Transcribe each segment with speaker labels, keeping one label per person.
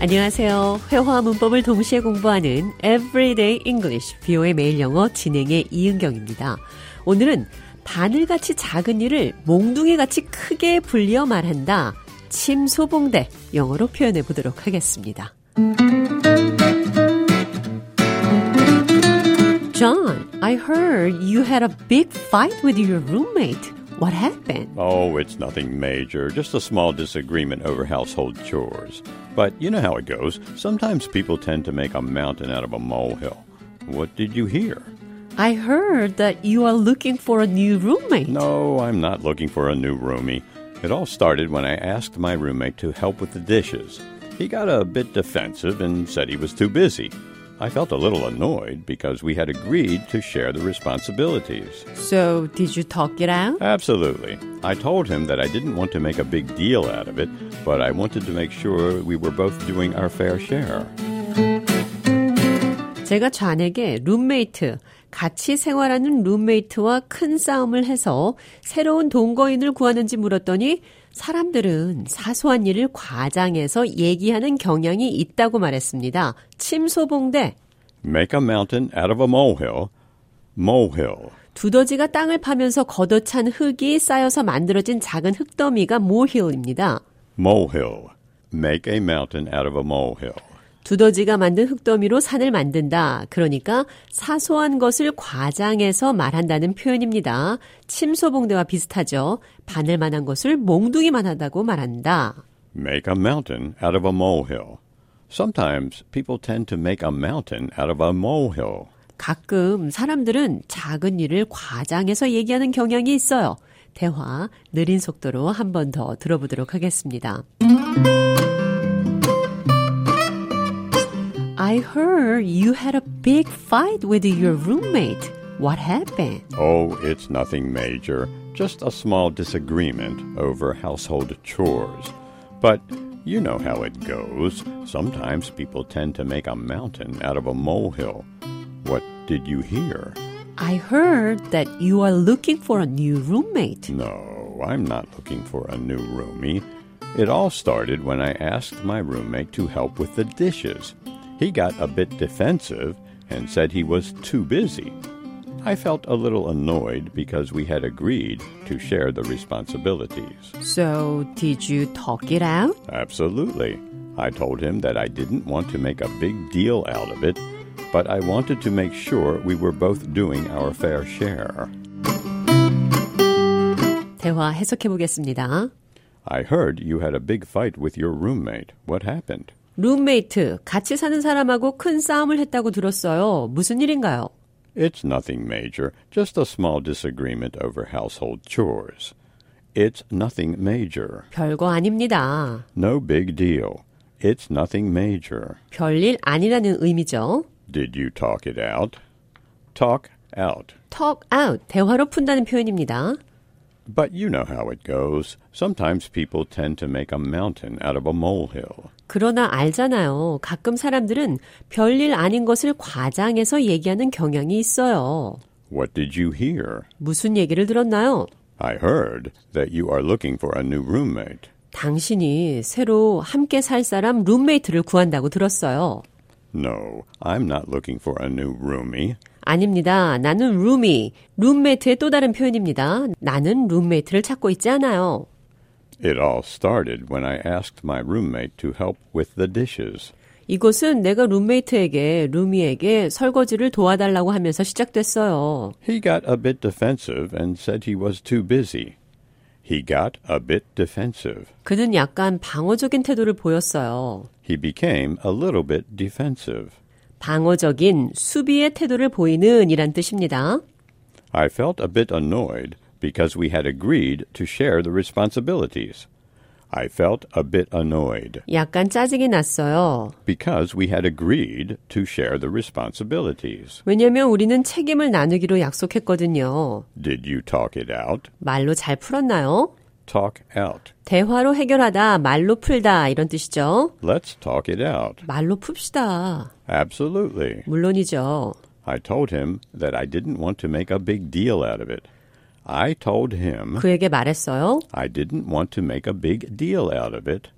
Speaker 1: 안녕하세요. 회화와 문법을 동시에 공부하는 Everyday English, 비오의 매일 영어 진행의 이은경입니다. 오늘은 바늘같이 작은 일을 몽둥이같이 크게 불려 말한다. 침소봉대 영어로 표현해 보도록 하겠습니다. John, I heard you had a big fight with your roommate. What happened?
Speaker 2: Oh, it's nothing major, just a small disagreement over household chores. But you know how it goes. Sometimes people tend to make a mountain out of a molehill. What did you hear?
Speaker 1: I heard that you are looking for a new roommate.
Speaker 2: No, I'm not looking for a new roomie. It all started when I asked my roommate to help with the dishes. He got a bit defensive and said he was too busy. I felt a little annoyed because we had agreed to share the responsibilities.
Speaker 1: So, did you talk it out?
Speaker 2: Absolutely. I told him that I didn't want to make a big deal out of it, but I wanted to make sure we were both doing our fair share.
Speaker 1: 제가 좌에게 룸메이트, 같이 생활하는 룸메이트와 큰 싸움을 해서 새로운 동거인을 구하는지 물었더니 사람들은 사소한 일을 과장해서 얘기하는 경향이 있다고 말했습니다. 침소봉대,
Speaker 2: Make a mountain out of a molehill. Molehill.
Speaker 1: 두더지가 땅을 파면서 걷어찬 흙이 쌓여서 만들어진 작은 흙더미가 모힐입니다.
Speaker 2: Molehill. Make a mountain out of a molehill.
Speaker 1: 두더지가 만든 흙더미로 산을 만든다. 그러니까 사소한 것을 과장해서 말한다는 표현입니다. 침소봉대와 비슷하죠. 바늘만한 것을 몽둥이만하다고 말한다.
Speaker 2: Make a mountain out of a molehill. Sometimes people tend to make a mountain out of a molehill.
Speaker 1: 가끔 사람들은 작은 일을 과장해서 얘기하는 경향이 있어요. 대화 느린 속도로 한 번 더 들어보도록 하겠습니다. I heard you had a big fight with your roommate. What happened?
Speaker 2: Oh, it's nothing major, just a small disagreement over household chores. But you know how it goes. Sometimes people tend to make a mountain out of a molehill. What did you hear?
Speaker 1: I heard that you are looking for a new roommate.
Speaker 2: No, I'm not looking for a new roomie. It all started when I asked my roommate to help with the dishes. He got a bit defensive and said he was too busy. I felt a little annoyed because we had agreed to share the responsibilities.
Speaker 1: So, did you talk it out?
Speaker 2: Absolutely. I told him that I didn't want to make a big deal out of it, but I wanted to make sure we were both doing our fair share.
Speaker 1: 대화 해석해 보겠습니다.
Speaker 2: I heard you had a big fight with your roommate. What happened?
Speaker 1: 룸메이트, 같이 사는 사람하고 큰 싸움을 했다고 들었어요. 무슨 일인가요?
Speaker 2: It's nothing major, just a small disagreement over household chores. It's nothing major,
Speaker 1: 별거 아닙니다.
Speaker 2: no big deal. It's nothing major.
Speaker 1: 별일 아니라는 의미죠.
Speaker 2: Did you talk it out? Talk out.
Speaker 1: talk out, 대화로 푼다는 표현입니다.
Speaker 2: But you know how it goes. Sometimes people tend to make a mountain out of a molehill.
Speaker 1: 그러나 알잖아요. 가끔 사람들은 별일 아닌 것을 과장해서 얘기하는 경향이 있어요.
Speaker 2: What did you hear?
Speaker 1: 무슨 얘기를 들었나요?
Speaker 2: I heard that you are looking for a new roommate.
Speaker 1: 당신이 새로 함께 살 사람 룸메이트를 구한다고 들었어요.
Speaker 2: No, I'm not looking for a new roomie.
Speaker 1: 아닙니다. 나는 룸이. 룸메이트의 또 다른 표현입니다. 나는 룸메이트를 찾고 있지 않아요.
Speaker 2: It all started when I asked my roommate to help with the dishes.
Speaker 1: 이것은 내가 룸메이트에게, 루미에게 설거지를 도와달라고 하면서 시작됐어요.
Speaker 2: He got a bit defensive and said he was too busy. He got a bit defensive.
Speaker 1: 그는 약간 방어적인 태도를 보였어요.
Speaker 2: He became a little bit defensive.
Speaker 1: 방어적인 수비의 태도를 보이는 이란 뜻입니다.
Speaker 2: I felt a bit annoyed because we had agreed to share the responsibilities. I felt a bit annoyed
Speaker 1: 약간 짜증이 났어요.
Speaker 2: because we had agreed to share the responsibilities.
Speaker 1: 왜냐면 우리는 책임을 나누기로 약속했거든요.
Speaker 2: Did you talk it out?
Speaker 1: 말로 잘 풀었나요?
Speaker 2: Talk out.
Speaker 1: 대화로 해결하다, 말로 풀다 이런 뜻이죠.
Speaker 2: Let's talk it out.
Speaker 1: 말로 풉시다.
Speaker 2: Absolutely.
Speaker 1: 물론이죠.
Speaker 2: I told him that I didn't want to make a big deal out of it. I told him
Speaker 1: 그에게 말했어요.
Speaker 2: I didn't want to make a big deal out of it.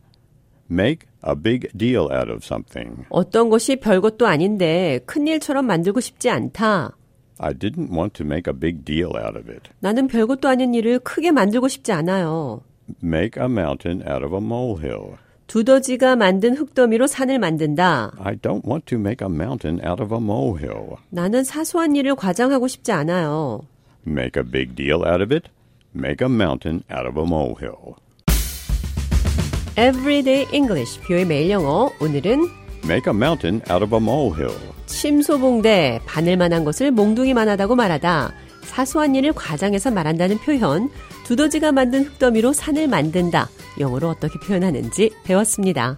Speaker 2: Make a big deal out of something.
Speaker 1: 어떤 것이 별것도 아닌데 큰일처럼 만들고 싶지 않다.
Speaker 2: I didn't want to make a big deal out of it.
Speaker 1: 나는 별것도 아닌 일을 크게 만들고 싶지 않아요.
Speaker 2: Make a mountain out of a molehill.
Speaker 1: 두더지가 만든 흙더미로 산을 만든다.
Speaker 2: I don't want to make a mountain out of a molehill.
Speaker 1: 나는 사소한 일을 과장하고 싶지 않아요.
Speaker 2: Make a big deal out of it. Make a mountain out of a molehill.
Speaker 1: Everyday English, 뷰의 매일 영어. 오늘은
Speaker 2: Make a mountain out of a molehill.
Speaker 1: 침소봉대, 바늘만한 것을 몽둥이만하다고 말하다. 사소한 일을 과장해서 말한다는 표현, 두더지가 만든 흙더미로 산을 만든다. 영어로 어떻게 표현하는지 배웠습니다.